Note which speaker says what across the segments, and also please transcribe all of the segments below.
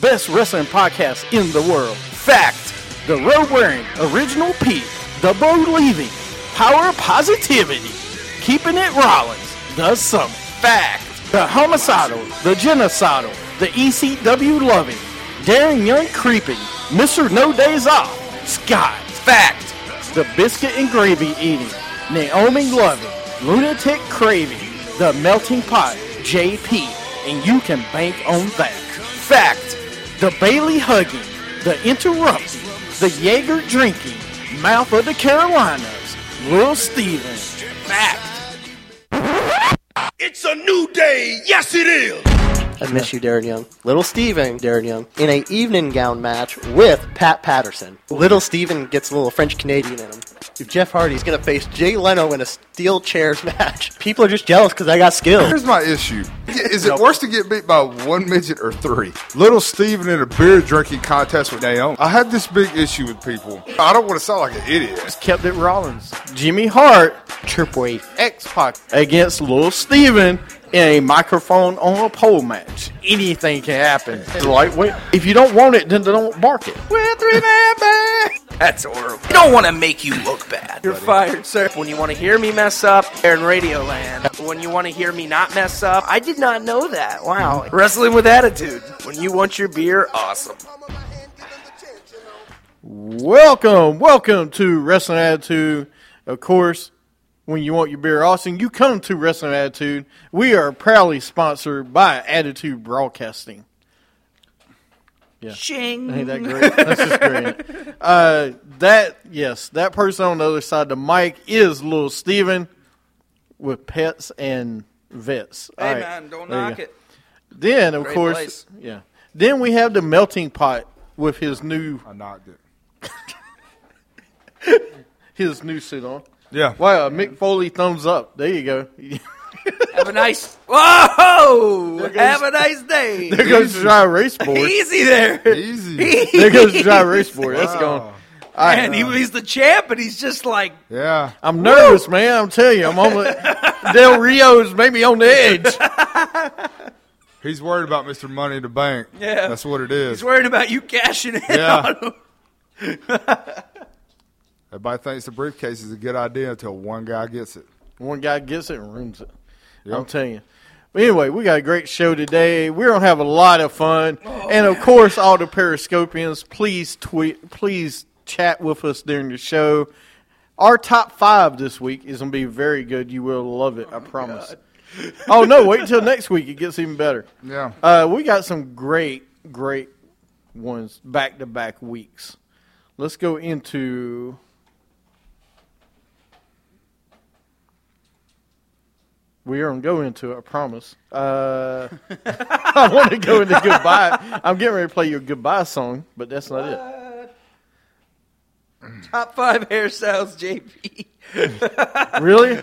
Speaker 1: best wrestling podcast in the world. Fact. The road wearing, original Pete, the believing, power positivity, keeping it Rollins, the summit. Fact. The homicidal, the genocidal, the ECW loving, daring young creeping, Mr. No Days Off, Scott. Fact. The biscuit and gravy eating, Naomi loving, lunatic craving, the melting pot, JP, and you can bank on that. Fact. The Bailey hugging, the interrupting, the Jaeger drinking, mouth of the Carolinas, Will Stevens. Fact.
Speaker 2: It's a new day. Yes, it is.
Speaker 3: I miss you, Darren Young. Little Steven, Darren Young, in a evening gown match with Pat Patterson. Little Steven gets a little French Canadian in him. Jeff Hardy's going to face Jay Leno in a steel chairs match. People are just jealous because I got skills.
Speaker 4: Here's my issue. Is it worse to get beat by one midget or three? Little Steven in a beer drinking contest with Naomi. I have this big issue with people. I don't want to sound like an idiot.
Speaker 1: Kept it Rollins. Jimmy Hart
Speaker 3: Chirp wave.
Speaker 4: X Pac.
Speaker 1: against Lil Steven in a microphone on a pole match. Anything can happen. It's Lightweight. If you don't want it, then don't bark it.
Speaker 5: We're three man band.
Speaker 2: That's horrible. I don't want to make you look bad.
Speaker 5: You're fired, sir. When you want to hear me mess up, Aaron Radio Land. When you want to hear me not mess up, I did not know that. Wow. Wrestling with attitude. When you want your beer, awesome.
Speaker 1: Welcome, welcome to Wrestling Attitude. Of course, when you want your beer Austin, you come to Wrestling Attitude. We are proudly sponsored by Attitude Broadcasting. Ain't that great? That's just great. Uh, that yes, that person on the other side of the mic is little Steven with pets and vets. All
Speaker 5: Hey,
Speaker 1: right,
Speaker 5: man, don't
Speaker 1: there you
Speaker 5: knock
Speaker 1: go.
Speaker 5: it.
Speaker 1: Then of
Speaker 5: Great
Speaker 1: course,
Speaker 5: place.
Speaker 1: yeah. Then we have the melting pot with his new
Speaker 4: I knocked it.
Speaker 1: his new suit on.
Speaker 4: Yeah.
Speaker 1: Wow, Mick Foley thumbs up. There you go.
Speaker 5: Have a nice. Whoa!
Speaker 1: goes-
Speaker 5: Have a nice day.
Speaker 1: there goes the dry race board.
Speaker 5: Easy there.
Speaker 4: Easy.
Speaker 1: there goes the dry race board. That's
Speaker 4: Wow.
Speaker 1: gone.
Speaker 5: And he, he's the champ, and he's just like,
Speaker 4: Yeah.
Speaker 1: I'm nervous, man. I'm telling you, I'm on the Del Rio's made me on the edge.
Speaker 4: He's worried about Mr. Money in the Bank.
Speaker 5: Yeah.
Speaker 4: That's what it is.
Speaker 5: he's worried about you cashing in
Speaker 4: Yeah.
Speaker 5: on him.
Speaker 4: Everybody thinks the briefcase is a good idea until one guy gets it.
Speaker 1: One guy gets it and ruins it. I'm
Speaker 4: Yep.
Speaker 1: telling you. But anyway, we got a great show today. We're gonna have a lot of fun, and of course, all the Periscopians, please tweet, please chat with us during the show. Our top five this week is gonna be very good. You will love it. I promise. oh no! Wait until next week. It gets even better.
Speaker 4: Yeah.
Speaker 1: Uh, we got some great, great ones back to back weeks. Let's go into We are gonna go into it, I promise. Uh, I want to go into goodbye. I'm getting ready to play your goodbye song, but that's not it.
Speaker 5: Top five hairstyles, JP.
Speaker 1: Really,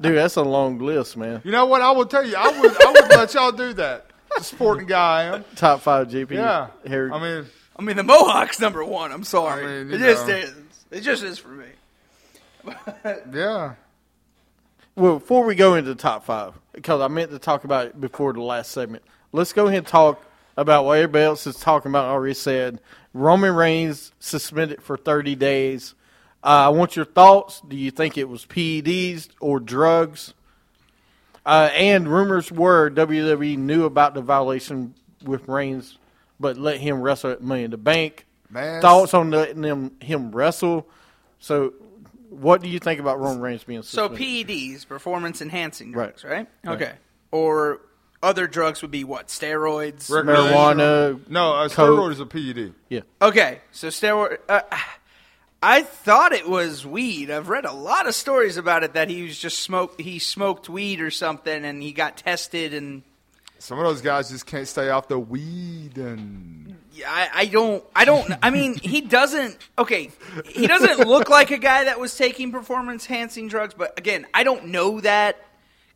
Speaker 1: dude? That's a long list, man.
Speaker 4: You know what? I will tell you. I would. I would let y'all do that. The sporting guy I am.
Speaker 1: Top five GP.
Speaker 4: Yeah.
Speaker 1: hair.
Speaker 4: I mean,
Speaker 5: I mean, the Mohawk's number one. I'm sorry.
Speaker 4: I
Speaker 5: it
Speaker 4: mean, you
Speaker 5: just
Speaker 4: know.
Speaker 5: is. It just is for me.
Speaker 4: yeah.
Speaker 1: well, before we go into the top five, because I meant to talk about it before the last segment. Let's go ahead and talk about what everybody else is talking about. I already said Roman Reigns suspended for 30 days. Uh, I want your thoughts. Do you think it was PEDs or drugs? Uh, and rumors were WWE knew about the violation with Reigns, but let him wrestle at Money in the Bank.
Speaker 4: Man.
Speaker 1: Thoughts on letting them, him wrestle? So, what do you think about Roman Reigns being
Speaker 5: So E
Speaker 1: suspended?
Speaker 5: PEDs, performance enhancing drugs,
Speaker 1: Right.
Speaker 5: right? Okay. Or other drugs would be what? Steroids.
Speaker 1: marijuana.
Speaker 4: No, uh,
Speaker 1: coke.
Speaker 4: steroid is a PED.
Speaker 1: Yeah,
Speaker 5: Okay. So steroid. Uh, I thought it was weed. I've read a lot of stories about it that he was just smoked. He smoked weed or something, and he got tested. And
Speaker 4: Some of those guys just can't stay off the weed and
Speaker 5: yeah, I, I don't. I don't. I mean, he doesn't. Okay. He doesn't look like a guy that was taking performance enhancing drugs. But again, I don't know that.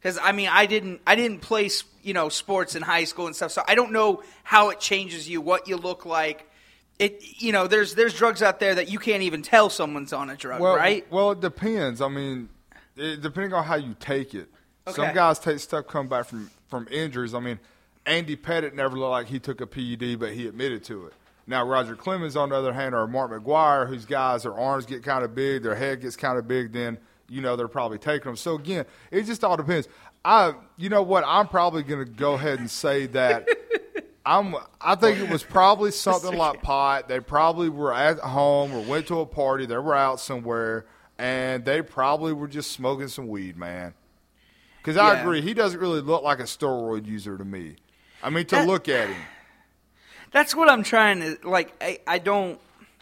Speaker 5: because I mean I didn't I didn't play s- you know sports in high school and stuff, so I don't know how it changes you, what you look like. It you know there's there's drugs out there that you can't even tell someone's on a drug,
Speaker 4: well,
Speaker 5: right?
Speaker 4: Well, it depends. I mean, it, depending on how you take it.
Speaker 5: Okay.
Speaker 4: Some guys take stuff come back from from injuries. I mean, Andy Pettit never looked like he took a PED, but he admitted to it. Now Roger Clemens, on the other hand, or Mark McGuire, whose guys their arms get kind of big, their head gets kind of big, then you know they're probably taking them. So again, it just all depends. I, you know what, I'm probably going to go ahead and say that. I'm, I think it was probably something like pot. They probably were at home or went to a party. They were out somewhere, and they probably were just smoking some weed, man. Because I
Speaker 5: Yeah.
Speaker 4: agree, he doesn't really look like a steroid user to me. I mean, to
Speaker 5: That-
Speaker 4: look at him,
Speaker 5: That's what I'm trying to like. I, I don't.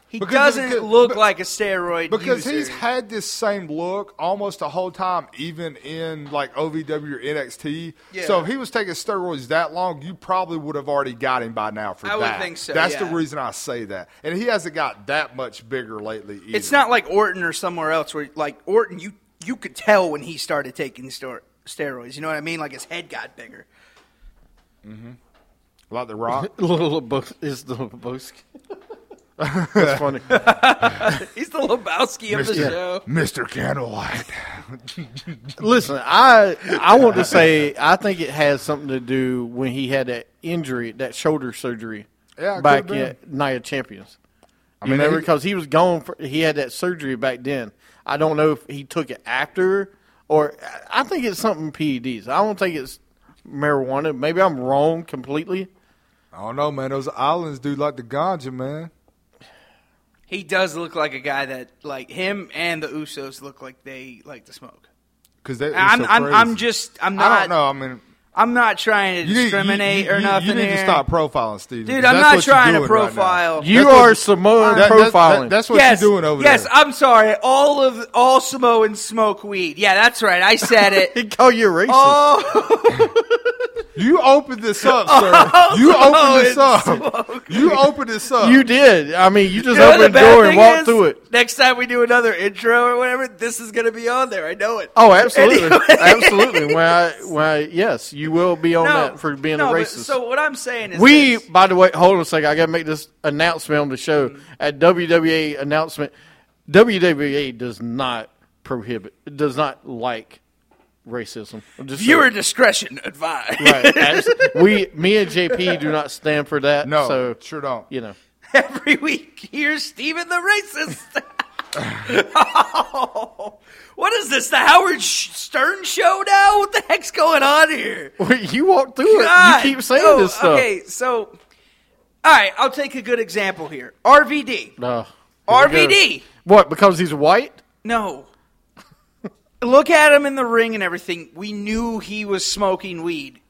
Speaker 5: He
Speaker 4: Because-
Speaker 5: doesn't
Speaker 4: because-
Speaker 5: look
Speaker 4: but-
Speaker 5: like a steroid
Speaker 4: because
Speaker 5: user.
Speaker 4: he's had this same look almost the whole time, even in like OVW or NXT. So
Speaker 5: Yeah.
Speaker 4: if he was taking steroids that long, you probably would have already got him by now. For
Speaker 5: I would
Speaker 4: that.
Speaker 5: think so,
Speaker 4: That's
Speaker 5: yeah.
Speaker 4: the reason I say that, and he hasn't got that much bigger lately. Either.
Speaker 5: It's not like Orton or somewhere else where like Orton, you you could tell when he started taking stor- steroids. You know what I mean? Like his head got bigger.
Speaker 4: like the Rock.
Speaker 1: Little Lebowski is the Lebowski. That's funny.
Speaker 5: He's the Lebowski of the
Speaker 4: Mr.
Speaker 5: show.
Speaker 4: Mr. Candlelight.
Speaker 1: Listen, I I want to say I think it has something to do when he had that injury, that shoulder surgery
Speaker 4: Yeah, it
Speaker 1: back
Speaker 4: could've
Speaker 1: at Nia Champions. I
Speaker 4: mean,
Speaker 1: mean,
Speaker 4: he-
Speaker 1: because he was gone for he had that surgery back then. I don't know if he took it after or I think it's something PEDs. I don't think it's marijuana. Maybe I'm wrong completely.
Speaker 4: I don't know, man. Those islands do like the ganja, man.
Speaker 5: He does look like a guy that like him and the Usos look like they like to smoke.
Speaker 4: Because they.
Speaker 5: I'm
Speaker 4: so
Speaker 5: I'm,
Speaker 4: crazy.
Speaker 5: I'm just I'm not
Speaker 4: I don't know. I mean,
Speaker 5: I'm not trying to
Speaker 4: you need,
Speaker 5: discriminate
Speaker 4: you, you,
Speaker 5: or
Speaker 4: you-
Speaker 5: nothing
Speaker 4: You need
Speaker 5: here.
Speaker 4: to stop profiling, Steve.
Speaker 5: Dude, I'm not trying to profile.
Speaker 1: You
Speaker 4: That's what-
Speaker 1: are Samoan
Speaker 4: That- that-
Speaker 1: profiling.
Speaker 4: that- that's what
Speaker 5: yes,
Speaker 4: you're doing over
Speaker 5: yes,
Speaker 4: there.
Speaker 5: I'm sorry. All of all Samoans smoke weed. Yeah, that's right. I said
Speaker 1: he
Speaker 5: it.
Speaker 1: called you racist.
Speaker 5: oh,
Speaker 4: you opened this up, sir. You opened this up. You opened this up.
Speaker 1: You did. I mean, you just
Speaker 5: You know the
Speaker 1: opened the
Speaker 5: bad
Speaker 1: door and
Speaker 5: thing
Speaker 1: walked
Speaker 5: is,
Speaker 1: through it.
Speaker 5: Next time we do another intro or whatever, this is going to be on there. I know it.
Speaker 1: Oh, absolutely, absolutely. When I, when I, yes, you will be on that for being
Speaker 5: no,
Speaker 1: a
Speaker 5: but-
Speaker 1: racist.
Speaker 5: So what I'm saying is,
Speaker 1: we,
Speaker 5: this.
Speaker 1: by the way, hold on a second. I got to make this announcement on the show at WWE announcement. WWE does not prohibit, it does not like racism. I'm Just
Speaker 5: viewer
Speaker 1: saying.
Speaker 5: discretion advised.
Speaker 1: right. abs- we, me and JP do not stand for that.
Speaker 4: no,
Speaker 1: so
Speaker 4: sure don't.
Speaker 1: you know.
Speaker 5: Every week, here's Steven the racist. Oh, what is this? The Howard Sh- Stern show now? What the heck's going on here?
Speaker 1: You walk through
Speaker 5: God,
Speaker 1: it. You keep saying
Speaker 5: no,
Speaker 1: this stuff.
Speaker 5: Okay, so all right, I'll take a good example here. RVD.
Speaker 1: No. Here we go.
Speaker 5: RVD.
Speaker 1: What? Because he's white?
Speaker 5: No. Look at him in the ring and everything. We knew he was smoking weed.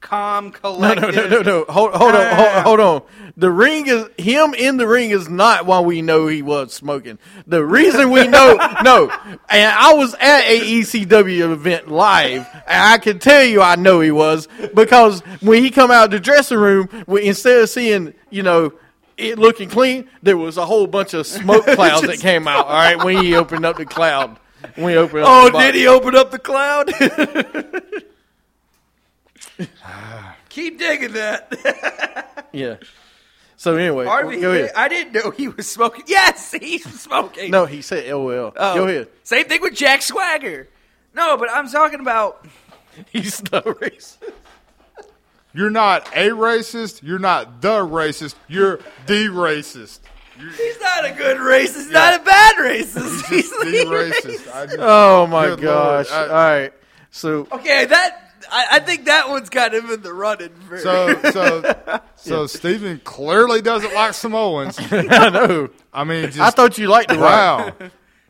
Speaker 5: Calm,
Speaker 1: No,
Speaker 5: collected.
Speaker 1: no, no, no, no. Hold, hold on,
Speaker 5: Ah.
Speaker 1: hold, hold on. The ring is him in the ring is not why we know he was smoking. The reason we know, no. And I was at a ECW event live, and I can tell you, I know he was because when he come out of the dressing room, we, instead of seeing, you know. It looking clean. There was a whole bunch of smoke clouds that came out. All right, when he opened up the cloud, when he opened. Up
Speaker 5: Oh,
Speaker 1: the box.
Speaker 5: did he open up the cloud? Keep digging that.
Speaker 1: Yeah. So anyway,
Speaker 5: RVD.
Speaker 1: go ahead.
Speaker 5: I didn't know he was smoking. Yes, he's smoking.
Speaker 1: No, he said LOL.
Speaker 5: Oh,
Speaker 1: Go ahead.
Speaker 5: Same thing with Jack Swagger. No, but I'm talking about.
Speaker 1: He's not racist.
Speaker 4: You're not a racist. You're not the racist. You're the racist.
Speaker 5: He's not a good racist. Not a bad racist. He's
Speaker 4: The racist. I just-
Speaker 1: Oh my
Speaker 4: Good
Speaker 1: gosh!
Speaker 4: Lord.
Speaker 1: All right, so
Speaker 5: Okay, that I, I think that one's got him in the running. For,
Speaker 4: So so so Steven clearly doesn't like Samoans.
Speaker 1: I know.
Speaker 4: I mean, just
Speaker 1: I thought you liked the wow.
Speaker 4: wow.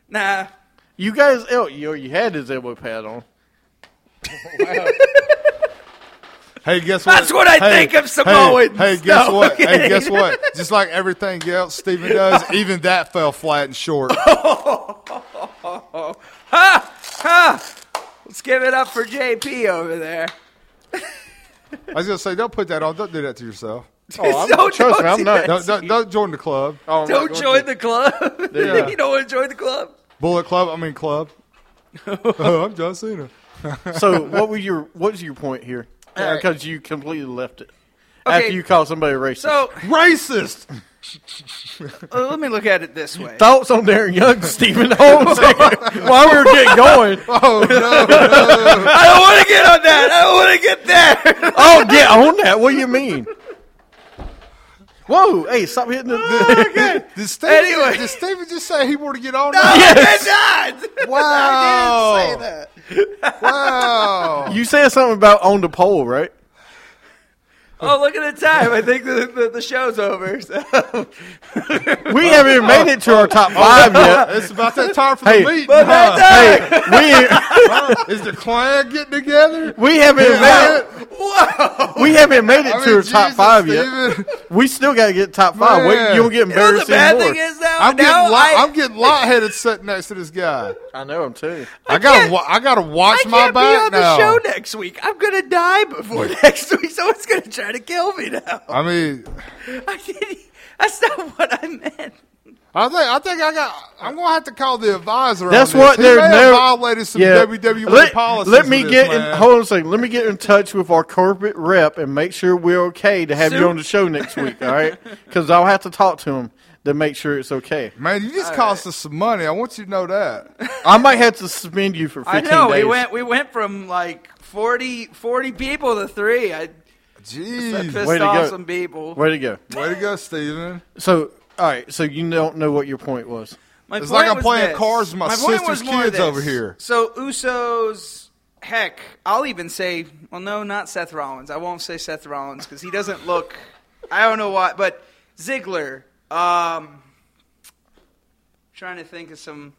Speaker 5: nah,
Speaker 1: You guys, el- you you had his elbow pad on.
Speaker 4: Hey, guess what?
Speaker 5: That's what I
Speaker 4: Hey,
Speaker 5: think of
Speaker 4: hey,
Speaker 5: Samoans.
Speaker 4: Hey, guess
Speaker 5: No,
Speaker 4: what? Hey,
Speaker 5: okay.
Speaker 4: guess what? Just like everything else Steven does, even that fell flat and short.
Speaker 5: let's give it up for JP over there.
Speaker 4: I was gonna say, don't put that on. Don't do that to yourself.
Speaker 1: Oh, I'm,
Speaker 5: Don't-
Speaker 1: trust me,
Speaker 5: don't
Speaker 1: I'm
Speaker 5: do
Speaker 1: not.
Speaker 4: Don't, don't, don't join the club.
Speaker 1: oh, I'm
Speaker 5: Don't
Speaker 1: not going
Speaker 5: join
Speaker 1: to.
Speaker 5: the club.
Speaker 4: Yeah.
Speaker 5: you don't want to join the club.
Speaker 4: Bullet Club. I mean club. Uh-huh, I'm John Cena.
Speaker 1: So, what were your what's your point here? Because you completely left it
Speaker 5: Okay.
Speaker 1: after you called somebody racist.
Speaker 5: So
Speaker 4: Racist.
Speaker 5: Uh, let me look at it this way.
Speaker 1: Thoughts on Darren Young, Stephen Holmes? While we were getting going,
Speaker 4: Oh no!
Speaker 5: I don't want to get on that. I don't want to get there.
Speaker 1: oh, get on that. What do you mean? Whoa! Hey, stop hitting the.
Speaker 4: Did Steven,
Speaker 5: Anyway.
Speaker 4: did Steven just say he wanted to get on?
Speaker 1: Yes.
Speaker 5: I did not.
Speaker 4: Wow!
Speaker 5: I didn't say that.
Speaker 4: Wow!
Speaker 1: you said something about on the pole, right?
Speaker 5: Oh, look at the time. I think the, the, the show's over. So.
Speaker 1: We haven't even made it to our top five yet.
Speaker 4: It's about that time for
Speaker 1: Hey.
Speaker 4: the meeting.
Speaker 5: But
Speaker 4: huh?
Speaker 5: that time.
Speaker 1: We
Speaker 4: Is the clan getting together?
Speaker 1: we haven't even made it.
Speaker 5: Whoa.
Speaker 1: We haven't made it
Speaker 4: I
Speaker 1: to
Speaker 4: mean,
Speaker 1: our top
Speaker 4: Jesus,
Speaker 1: five yet.
Speaker 4: Steven.
Speaker 1: We still got to get top five. Wait,
Speaker 4: Man.
Speaker 1: you don't get
Speaker 5: You know the
Speaker 1: embarrassed
Speaker 5: bad
Speaker 1: anymore.
Speaker 5: thing is now,
Speaker 4: I'm
Speaker 5: now
Speaker 4: getting,
Speaker 5: I,
Speaker 4: li- I'm getting light-headed sitting next to this guy.
Speaker 1: I know. I'm too.
Speaker 4: I, gotta, wa- I gotta watch
Speaker 5: I
Speaker 4: my
Speaker 5: can't be
Speaker 4: back
Speaker 5: on the
Speaker 4: now.
Speaker 5: show next week. I'm gonna die before next week. Someone's gonna try to kill me now.
Speaker 4: I mean,
Speaker 5: I didn't, that's not what I meant.
Speaker 4: I think, I think I got. I'm gonna have to call the advisor.
Speaker 1: That's
Speaker 4: on this.
Speaker 1: what
Speaker 4: He
Speaker 1: they're
Speaker 4: may have
Speaker 1: never-
Speaker 4: violated some WWE
Speaker 1: let,
Speaker 4: E policies.
Speaker 1: Let me
Speaker 4: with
Speaker 1: get
Speaker 4: this,
Speaker 1: in.
Speaker 4: man.
Speaker 1: Hold on a second. Let me get in touch with our corporate rep and make sure we're okay to have you
Speaker 5: Soon.
Speaker 1: on the show next week. All right, because I'll have to talk to him to make sure it's okay.
Speaker 4: Man, you just cost us some money. I want you to know that.
Speaker 1: I might have to suspend you for
Speaker 5: I
Speaker 1: fifteen
Speaker 5: know
Speaker 1: days.
Speaker 5: we went we went from like 40, 40 people to three. I, I
Speaker 4: Jeez,
Speaker 5: pissed
Speaker 1: Way to
Speaker 5: off
Speaker 1: go.
Speaker 5: some people.
Speaker 1: Way to go.
Speaker 4: way to go, Steven.
Speaker 1: So, all right. So you don't know what your point was.
Speaker 5: My
Speaker 4: It's
Speaker 5: point
Speaker 4: like I'm
Speaker 5: was
Speaker 4: playing
Speaker 5: this.
Speaker 4: cards with my
Speaker 5: point
Speaker 4: sister's
Speaker 5: was more
Speaker 4: kids
Speaker 5: this.
Speaker 4: over here.
Speaker 5: So Usos, heck, I'll even say, well, no, not Seth Rollins. I won't say Seth Rollins because he doesn't look. I don't know why, but Ziggler. Um, trying to think of some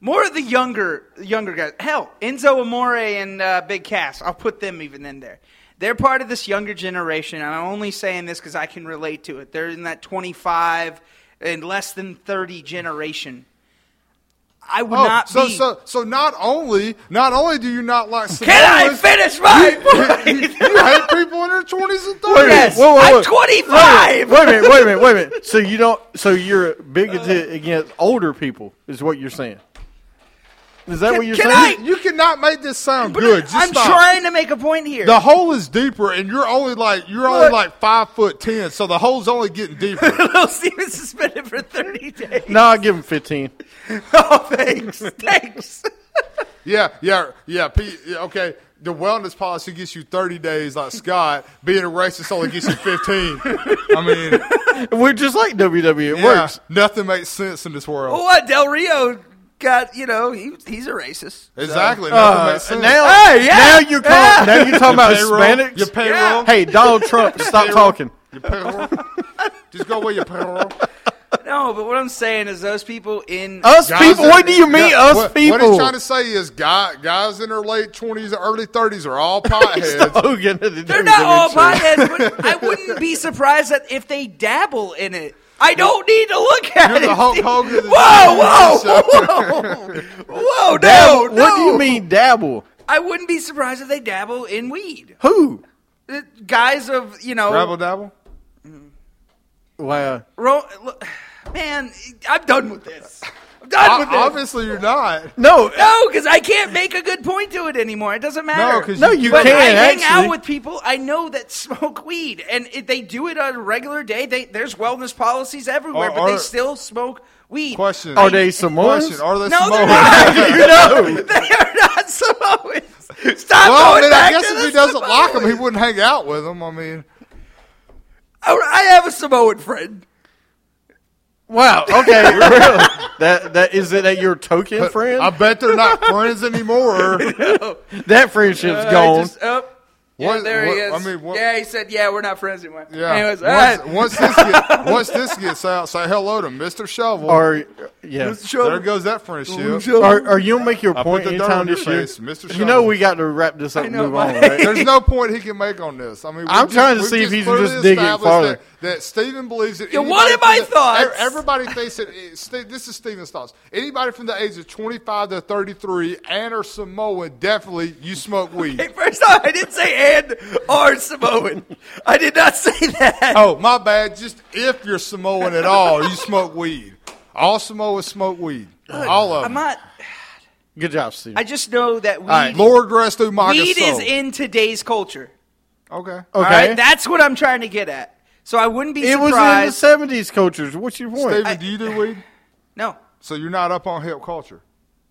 Speaker 5: more of the younger younger guys. Hell, Enzo Amore and uh, Big Cass. I'll put them even in there. They're part of this younger generation, and I'm only saying this because I can relate to it. They're in that 25 and less than 30 generation. I would
Speaker 4: Oh,
Speaker 5: not
Speaker 4: so
Speaker 5: be.
Speaker 4: so so not only not only do you not like Samoans,
Speaker 5: can I finish my point?
Speaker 4: you hate people in their twenties and
Speaker 1: Wait a minute,
Speaker 4: thirties.
Speaker 5: Yes,
Speaker 1: whoa, whoa,
Speaker 5: I'm
Speaker 1: whoa.
Speaker 5: 25.
Speaker 1: Wait a minute. Wait a minute. Wait a minute. So you don't. So you're bigoted against older people, is what you're saying. Is that what you're
Speaker 5: can
Speaker 1: saying?
Speaker 5: I-
Speaker 4: You cannot make this sound good. Just
Speaker 5: I'm
Speaker 4: stop.
Speaker 5: trying to make a point here.
Speaker 4: The hole is deeper, and you're only like you're only
Speaker 5: Look.
Speaker 4: like five foot ten, so the hole's only getting deeper.
Speaker 5: Little Steven suspended for 30 days.
Speaker 1: No, I give him fifteen.
Speaker 5: Oh, thanks. Thanks.
Speaker 4: yeah, yeah, yeah, P- yeah. Okay, the wellness policy gets you thirty days, like Scott. Being a racist only gets you fifteen. I mean,
Speaker 1: We're just like WWE. It
Speaker 4: yeah,
Speaker 1: works.
Speaker 4: nothing makes sense in this world.
Speaker 5: Well, what Del Rio got? You know, he, he's a racist.
Speaker 4: exactly, nothing
Speaker 1: Uh,
Speaker 4: makes sense.
Speaker 1: now,
Speaker 5: Hey, yeah.
Speaker 1: now you call,
Speaker 5: Yeah.
Speaker 1: now you talking about
Speaker 4: payroll,
Speaker 1: Hispanics.
Speaker 4: your payroll.
Speaker 5: Yeah.
Speaker 1: Hey, Donald Trump, stop
Speaker 4: payroll.
Speaker 1: talking.
Speaker 4: Your payroll. Just go away, your payroll.
Speaker 5: No, but what I'm saying is those people in
Speaker 1: Us
Speaker 4: Guys
Speaker 1: people.
Speaker 4: in-
Speaker 1: What do you mean,
Speaker 4: Yeah,
Speaker 1: us
Speaker 4: what,
Speaker 1: people?
Speaker 4: What he's trying to say is, guy, guys in their late twenties, early thirties are all potheads.
Speaker 5: they're
Speaker 1: E.
Speaker 5: not all potheads. But I wouldn't be surprised that if they dabble in it. I don't need to look at
Speaker 4: You're
Speaker 5: it.
Speaker 4: the Hulk Hogan of the
Speaker 5: whoa, whoa, whoa, whoa! No, no.
Speaker 1: What do you mean dabble?
Speaker 5: I wouldn't be surprised if they dabble in weed.
Speaker 1: Who?
Speaker 5: Uh, Guys of you know,
Speaker 4: Rabble dabble.
Speaker 1: Wow.
Speaker 5: ro- look, man, I'm done with this. I'm done
Speaker 4: O-
Speaker 5: with this.
Speaker 4: Obviously, you're not.
Speaker 1: No,
Speaker 5: No, because I can't make a good point to it anymore. It doesn't matter.
Speaker 4: No, 'cause
Speaker 1: no, you
Speaker 5: but
Speaker 1: can't.
Speaker 5: I hang
Speaker 1: actually.
Speaker 5: out with people I know that smoke weed, and it, they do it on a regular day. They, there's wellness policies everywhere,
Speaker 4: Are-
Speaker 5: but
Speaker 4: are-
Speaker 5: they still smoke weed.
Speaker 4: Question.
Speaker 1: Are they Samoans?
Speaker 4: Question. Are they
Speaker 5: No, they're
Speaker 4: Samoans?
Speaker 5: not.
Speaker 1: you know.
Speaker 5: They are not Samoans. Stop
Speaker 4: Well, I
Speaker 5: going
Speaker 4: mean,
Speaker 5: back
Speaker 4: I guess
Speaker 5: to
Speaker 4: if
Speaker 5: the
Speaker 4: he doesn't like him, he
Speaker 5: Samoans.
Speaker 4: wouldn't hang out with him. I mean,
Speaker 5: Oh, I have a Samoan friend.
Speaker 1: Wow. Okay. really. That that is it. That your token friend?
Speaker 4: I bet they're not friends anymore.
Speaker 1: that friendship's
Speaker 4: Uh,
Speaker 5: I
Speaker 1: gone.
Speaker 5: just- oh, yeah,
Speaker 4: What-
Speaker 5: there he is.
Speaker 4: what- I mean, what-
Speaker 5: yeah, he said, "Yeah, we're not friends anymore."
Speaker 4: Yeah.
Speaker 5: Anyways, all
Speaker 4: once,
Speaker 5: right.
Speaker 4: once this get, once this gets out, say hello to Mister Shovel.
Speaker 1: Or yeah.
Speaker 4: there goes that friendship.
Speaker 1: Are, are you gonna make your
Speaker 4: I
Speaker 1: point
Speaker 4: put the dirt
Speaker 1: anytime
Speaker 4: on your
Speaker 1: this year?
Speaker 4: face, Mr.
Speaker 1: You
Speaker 4: Shovel.
Speaker 1: know we got to wrap this up and
Speaker 5: know,
Speaker 1: move on,
Speaker 5: but-
Speaker 1: right?
Speaker 4: There's no point he can make on this. I mean,
Speaker 1: I'm
Speaker 4: we've
Speaker 1: trying to
Speaker 4: we've
Speaker 1: see if he's
Speaker 4: clearly
Speaker 1: just digging
Speaker 4: established
Speaker 1: farther.
Speaker 4: That, that Stephen believes that.
Speaker 5: You
Speaker 4: anybody
Speaker 5: wanted
Speaker 4: from
Speaker 5: my
Speaker 4: the-
Speaker 5: thoughts.
Speaker 4: ev- Everybody thinks that it- Ste- this is Stephen's thoughts. Anybody from the age of 25 to 33 and or Samoan, definitely you smoke weed.
Speaker 5: Hey, first off, I didn't say and or Samoan. I did not say that.
Speaker 4: oh, my bad. Just if you're Samoan at all, you smoke weed. All Samoans smoke weed. all of
Speaker 5: I'm
Speaker 4: them.
Speaker 5: not.
Speaker 1: Good job, Steve.
Speaker 5: I just know that weed,
Speaker 4: right, Lord rest through my
Speaker 5: weed
Speaker 4: soul.
Speaker 5: is in today's culture.
Speaker 4: Okay.
Speaker 5: All
Speaker 1: okay.
Speaker 5: right, that's what I'm trying to get at. So I wouldn't be
Speaker 1: It was in the
Speaker 5: surprised.
Speaker 1: seventies cultures. What's your point?
Speaker 4: Steven, do you do weed?
Speaker 5: no,
Speaker 4: So you're not up on hip culture.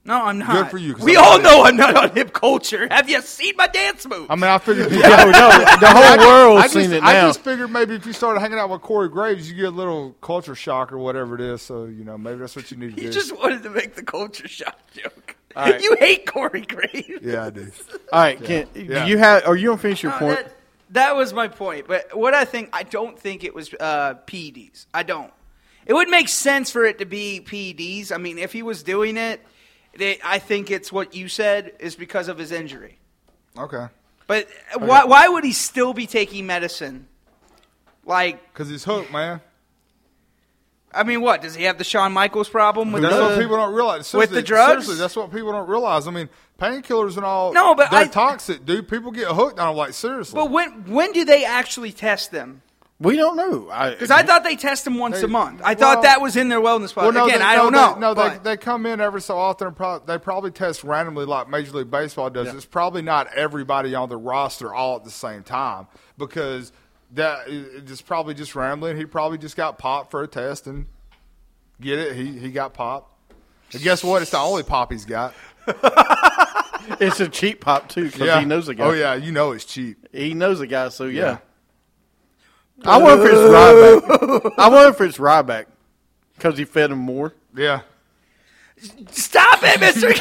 Speaker 5: no, I'm not.
Speaker 4: for you, 'cause
Speaker 5: We
Speaker 4: I'm-
Speaker 5: all know I'm not on hip culture. Have you seen my dance moves?
Speaker 4: I mean, I figured.
Speaker 1: no, no, the whole world's
Speaker 4: I just,
Speaker 1: seen it
Speaker 4: I
Speaker 1: now.
Speaker 4: just figured maybe if you started hanging out with Corey Graves, you get a little culture shock or whatever it is. So you know, maybe that's what you need to
Speaker 5: you
Speaker 4: do.
Speaker 5: just wanted to make the culture shock joke.
Speaker 1: right.
Speaker 5: You hate Corey Graves.
Speaker 4: yeah, I do.
Speaker 1: All right, can,
Speaker 4: Yeah.
Speaker 1: do you have? Are you gonna finish your
Speaker 5: No,
Speaker 1: point?
Speaker 5: Uh, That, that was my point. But what I think, I don't think it was uh, PEDs. I don't. It would make sense for it to be PEDs. I mean, if he was doing it, they, I think it's what you said is because of his injury.
Speaker 4: Okay,
Speaker 5: But why, why would he still be taking medicine? Like,
Speaker 4: because he's hooked, man.
Speaker 5: I mean, what does he have the Shawn Michaels problem with?
Speaker 4: That's
Speaker 5: the-
Speaker 4: what people don't realize.
Speaker 5: with the
Speaker 4: Seriously,
Speaker 5: drugs?
Speaker 4: seriously, that's what people don't realize. I mean, painkillers and all.
Speaker 5: No, but
Speaker 4: they're
Speaker 5: I-
Speaker 4: toxic, dude. People get hooked. on am like, seriously.
Speaker 5: but when when do they actually test them?
Speaker 1: We don't know. I,
Speaker 5: Because I thought they test them once
Speaker 4: They-
Speaker 5: a month. I
Speaker 4: Mm-hmm. well-
Speaker 5: thought that was in their wellness plan. Again,
Speaker 4: they-
Speaker 5: I don't
Speaker 4: no,
Speaker 5: know.
Speaker 4: They, no,
Speaker 5: but-
Speaker 4: they, they come in every so often. And pro- they probably test randomly like Major League Baseball does. It's probably not everybody on the roster all at the same time because that it's probably just randomly. And he probably just got popped for a test and get it. He he got popped. And guess what? It's the only pop he's got.
Speaker 1: it's a cheap pop too because he knows a guy.
Speaker 4: Oh yeah, you know it's cheap.
Speaker 1: he knows a guy. So yeah. I wonder if it's Ryback. I wonder if it's Ryback because he fed him more.
Speaker 4: Yeah,
Speaker 5: Stop it, Mister.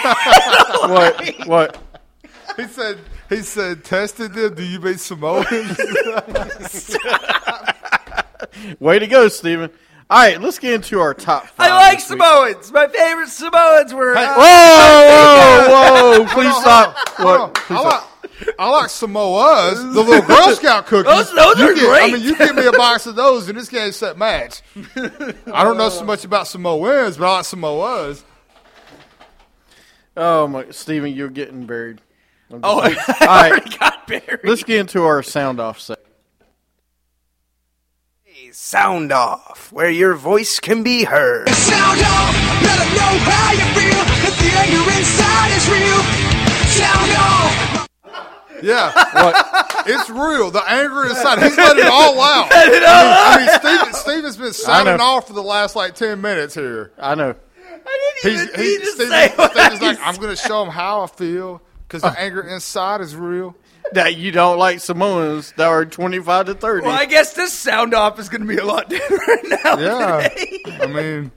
Speaker 1: What? What?
Speaker 4: he said. He said, "Tested them. Do you mean Samoans?"
Speaker 1: Way to go, Steven. All right, let's get into our top. Five
Speaker 5: I like
Speaker 1: this week.
Speaker 5: Samoans. My favorite Samoans were. uh,
Speaker 1: Whoa, whoa, whoa! Please stop.
Speaker 4: Hold
Speaker 1: What?
Speaker 4: on. I like, I like Samoas, the little Girl Scout cookies.
Speaker 5: Those- those
Speaker 4: You
Speaker 5: are
Speaker 4: get- I
Speaker 5: great.
Speaker 4: mean, you give me a box of those, and this game set match. I don't
Speaker 5: Uh.
Speaker 4: know so much about Samoans, but I like Samoas.
Speaker 1: Oh my, Steven, you're getting buried.
Speaker 5: oh,
Speaker 1: All
Speaker 5: I
Speaker 1: right,
Speaker 5: already got buried.
Speaker 1: let's get into our sound off set.
Speaker 5: Sound off, where your voice can be heard.
Speaker 6: Sound off, let 'em know how you feel. If the anger inside is real, sound off.
Speaker 4: Yeah, it's real. The anger inside. He's letting it all out. I mean, I mean, Steve, Steve has been sounding off for the last like ten minutes here.
Speaker 1: I know.
Speaker 5: I
Speaker 4: He's,
Speaker 5: didn't even
Speaker 4: he,
Speaker 5: need to
Speaker 4: Steve,
Speaker 5: say what
Speaker 4: Steve is
Speaker 5: I
Speaker 4: like,
Speaker 5: said.
Speaker 4: I'm going to show him how I feel because the anger inside is real.
Speaker 1: That you don't like Samoans that are twenty-five to thirty.
Speaker 5: Well, I guess this sound off is going to be a lot different now.
Speaker 4: Yeah,
Speaker 5: today.
Speaker 4: I mean.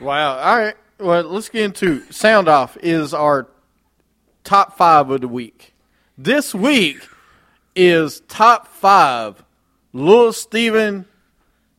Speaker 1: Wow. All right. Well, let's get into sound off. Is our top five of the week? This week is top five. Lil Steven.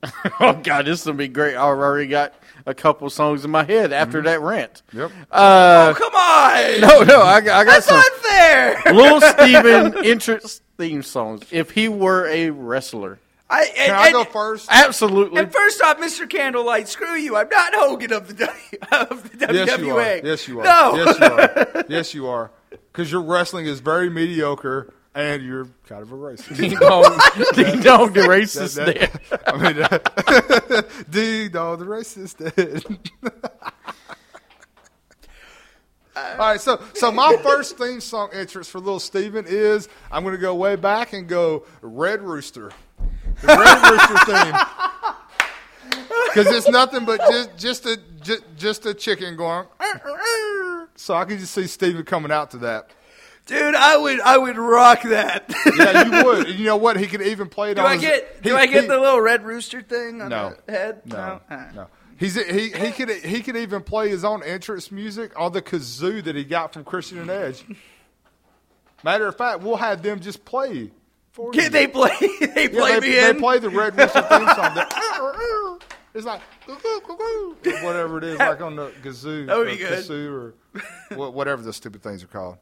Speaker 1: Oh God, this will be great. I've already got a couple songs in my head after
Speaker 4: Mm-hmm.
Speaker 1: that rant.
Speaker 4: Yep. Uh,
Speaker 5: Oh, come on.
Speaker 1: No, no, I, got- I got
Speaker 5: That's
Speaker 1: some.
Speaker 5: unfair.
Speaker 1: Lil Steven entrance theme songs. If he were a wrestler,
Speaker 5: I,
Speaker 4: Can
Speaker 5: and-
Speaker 4: I go
Speaker 5: and-
Speaker 4: first?
Speaker 1: absolutely.
Speaker 5: And first off, Mr. Candlelight, screw you. I'm not Hogan of the, w, of the
Speaker 4: Yes, you are.
Speaker 5: WWA.
Speaker 4: Yes, you are.
Speaker 5: No.
Speaker 4: Yes, you are. Yes, you are. Because your wrestling is very mediocre, and you're kind of a racist.
Speaker 1: Ding dong, ding dong, the racist
Speaker 4: That-
Speaker 1: there.
Speaker 4: I mean, that- ding dong, the racist. dead. All right, so so my first theme song entrance for Little Steven is I'm going to go way back and go Red Rooster, the Red Rooster theme, because it's nothing but just just a just, just a chicken going. "Arr, arr, arr." So I can just see Steven coming out to that.
Speaker 5: Dude, I would I would rock that.
Speaker 4: Yeah, you would. And you know what? He could even play it
Speaker 5: do
Speaker 4: on.
Speaker 5: I
Speaker 4: his-
Speaker 5: get
Speaker 4: he-
Speaker 5: do I get
Speaker 4: he-
Speaker 5: the little red rooster thing on
Speaker 4: No.
Speaker 5: the head?
Speaker 4: No,
Speaker 5: Alright.
Speaker 4: no. He's he he could he could even play his own entrance music on the kazoo that he got from Christian and Edge. Matter of fact, we'll have them just play for
Speaker 5: Yeah,
Speaker 4: you.
Speaker 5: they play they
Speaker 4: Yeah,
Speaker 5: play
Speaker 4: they,
Speaker 5: me
Speaker 4: they
Speaker 5: in.
Speaker 4: play the Red Rooster theme song. The- it's like whatever it is, like on the kazoo
Speaker 5: That would
Speaker 4: or
Speaker 5: be good.
Speaker 4: kazoo or wha- whatever the stupid things are called.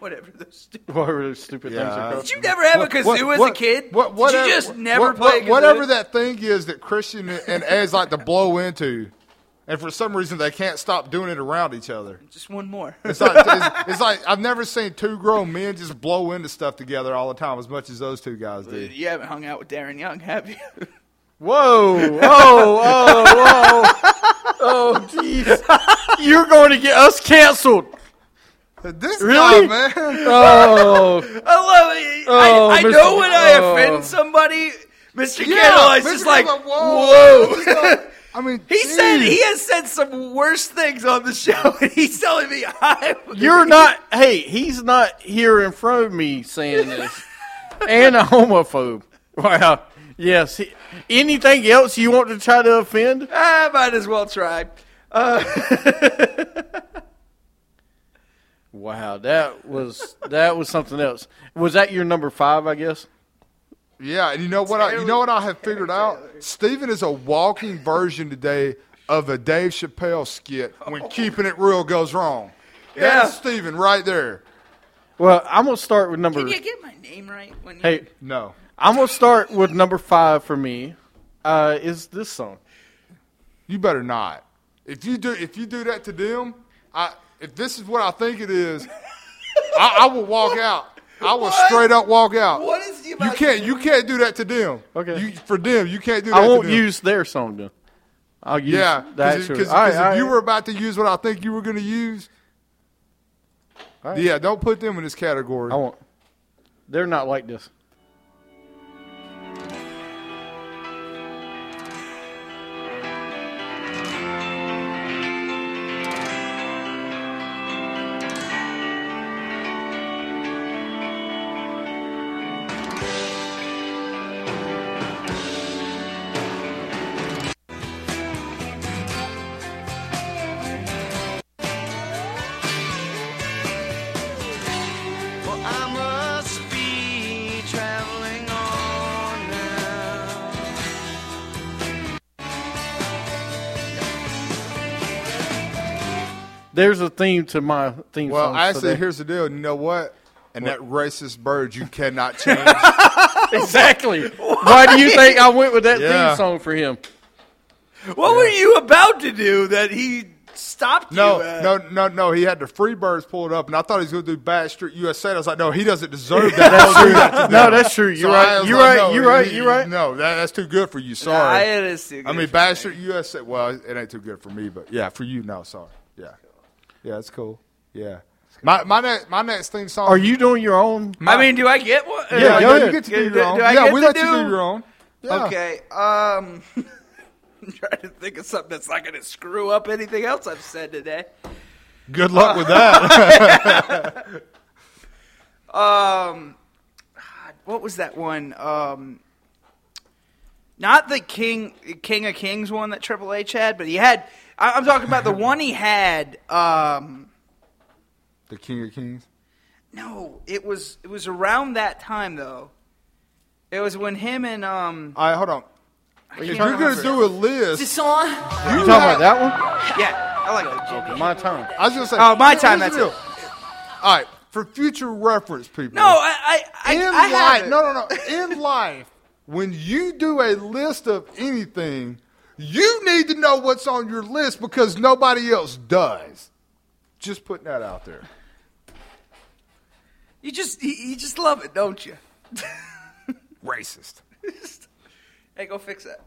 Speaker 5: Whatever the stupid
Speaker 1: Whatever those stupid things
Speaker 4: Yeah.
Speaker 1: are called.
Speaker 5: Did you never have a kazoo as a kid?
Speaker 4: What, whatever,
Speaker 5: Did you just never
Speaker 4: what-
Speaker 5: play a
Speaker 4: what-
Speaker 5: kazoo?
Speaker 4: Whatever that thing is that Christian and Edge like to blow into, and for some reason they can't stop doing it around each other.
Speaker 5: Just one more.
Speaker 4: It's like, it's, it's like I've never seen two grown men just blow into stuff together all the time as much as those two guys do.
Speaker 5: You haven't hung out with Darren Young, have you?
Speaker 1: Whoa, whoa, whoa, whoa. Oh, jeez. You're going to get us canceled.
Speaker 4: This
Speaker 1: Really?
Speaker 4: guy, man.
Speaker 5: Uh,
Speaker 1: Oh,
Speaker 5: I love it.
Speaker 1: Oh,
Speaker 5: I, I
Speaker 1: Mr.
Speaker 5: know when I
Speaker 1: Oh.
Speaker 5: offend somebody, Mr.
Speaker 4: Yeah,
Speaker 5: Candlelight is
Speaker 4: Mr.
Speaker 5: just like,
Speaker 4: Candlelight,
Speaker 5: whoa.
Speaker 4: whoa. He's like- I mean,
Speaker 5: he said
Speaker 4: geez.
Speaker 5: he has said some worse things on the show, and he's telling me I.
Speaker 1: you're not. Hey, he's not here in front of me saying this, and a homophobe. Wow. Yes. he- anything else you want to try to offend?
Speaker 5: I might as well try.
Speaker 1: Wow, that was that was something else. Was that your number five? I guess.
Speaker 4: Yeah, and you know what? I, you know what I have figured out. Steven is a walking version today of a Dave Chappelle skit when keeping it real goes wrong.
Speaker 5: Oh. Yeah.
Speaker 4: That's Steven right there.
Speaker 1: Well, I'm gonna start with number.
Speaker 5: Can you get my name right? When you-
Speaker 1: Hey,
Speaker 4: No.
Speaker 1: I'm gonna start with number five for me. Uh, is this song?
Speaker 4: You better not. If you do, if you do that to them, I, if this is what I think it is, I, I will walk out. I will straight up walk out.
Speaker 5: What is you
Speaker 4: you
Speaker 5: about-
Speaker 4: can't. You can't do that to them.
Speaker 1: Okay.
Speaker 4: You, for them, you can't do that.
Speaker 1: I won't
Speaker 4: to them.
Speaker 1: use their song then. I'll use
Speaker 4: Yeah,
Speaker 1: yeah, the
Speaker 4: because
Speaker 1: actual.
Speaker 4: if
Speaker 1: all right, all right.
Speaker 4: you were about to use what I think you were going to use,
Speaker 1: right.
Speaker 4: yeah, don't put them in this category.
Speaker 1: I won't. They're not like this. There's a theme to my theme
Speaker 4: well,
Speaker 1: song.
Speaker 4: actually,
Speaker 1: today.
Speaker 4: here's the deal. You know what? And that racist bird you cannot change.
Speaker 1: exactly. Why do you think I went with that
Speaker 4: Yeah.
Speaker 1: theme song for him?
Speaker 5: What were you about to do that he stopped
Speaker 4: no,
Speaker 5: you? at?
Speaker 4: no, no, no. He had the free birds pulled up, and I thought he was going to do Backstreet USA. And I was like, no, he doesn't deserve that. That's true.
Speaker 1: No, that's true. You're right. You're right. You're right. You're right.
Speaker 4: No, that, that's too good for you.
Speaker 5: Nah, I
Speaker 4: Sorry.
Speaker 5: had a
Speaker 4: I
Speaker 5: cigarette.
Speaker 4: mean, Backstreet USA. Well, it ain't too good for me, but yeah, for you, no, sorry. Yeah, yeah, it's cool. Yeah, my my next my next theme song.
Speaker 1: Are you doing your own?
Speaker 5: I mean, do I get one?
Speaker 4: Yeah,
Speaker 1: go
Speaker 4: yeah,
Speaker 1: ahead.
Speaker 4: you get to
Speaker 5: Do-
Speaker 4: do
Speaker 5: do-
Speaker 4: your own.
Speaker 5: do I
Speaker 4: Yeah,
Speaker 5: get
Speaker 4: we
Speaker 5: to
Speaker 4: let you
Speaker 5: do-
Speaker 4: do your own. Yeah.
Speaker 5: Okay. Um, I'm trying to think of something that's not going to screw up anything else I've said today.
Speaker 4: Good luck with that.
Speaker 5: What was that one? Um, not the King King of Kings one that Triple H had, but he had. I, I'm talking about the one he had. Um,
Speaker 4: the King of Kings.
Speaker 5: no, it was it was around that time though. It was when him and um
Speaker 4: All right, hold on. If you're gonna do a list,
Speaker 1: you talking about that one?
Speaker 5: yeah, I like that.
Speaker 1: My turn.
Speaker 4: I was gonna say.
Speaker 5: Oh, my
Speaker 4: here's
Speaker 5: time,
Speaker 4: the
Speaker 5: that's
Speaker 4: deal.
Speaker 5: it.
Speaker 4: All right, for future reference, people.
Speaker 5: No, I I I,
Speaker 4: in
Speaker 5: I have
Speaker 4: life,
Speaker 5: it.
Speaker 4: no, no, no. In life, when you do a list of anything, you need to know what's on your list because nobody else does. Just putting that out there.
Speaker 5: You just you, you just love it, don't you?
Speaker 4: Racist.
Speaker 5: Hey, go fix that.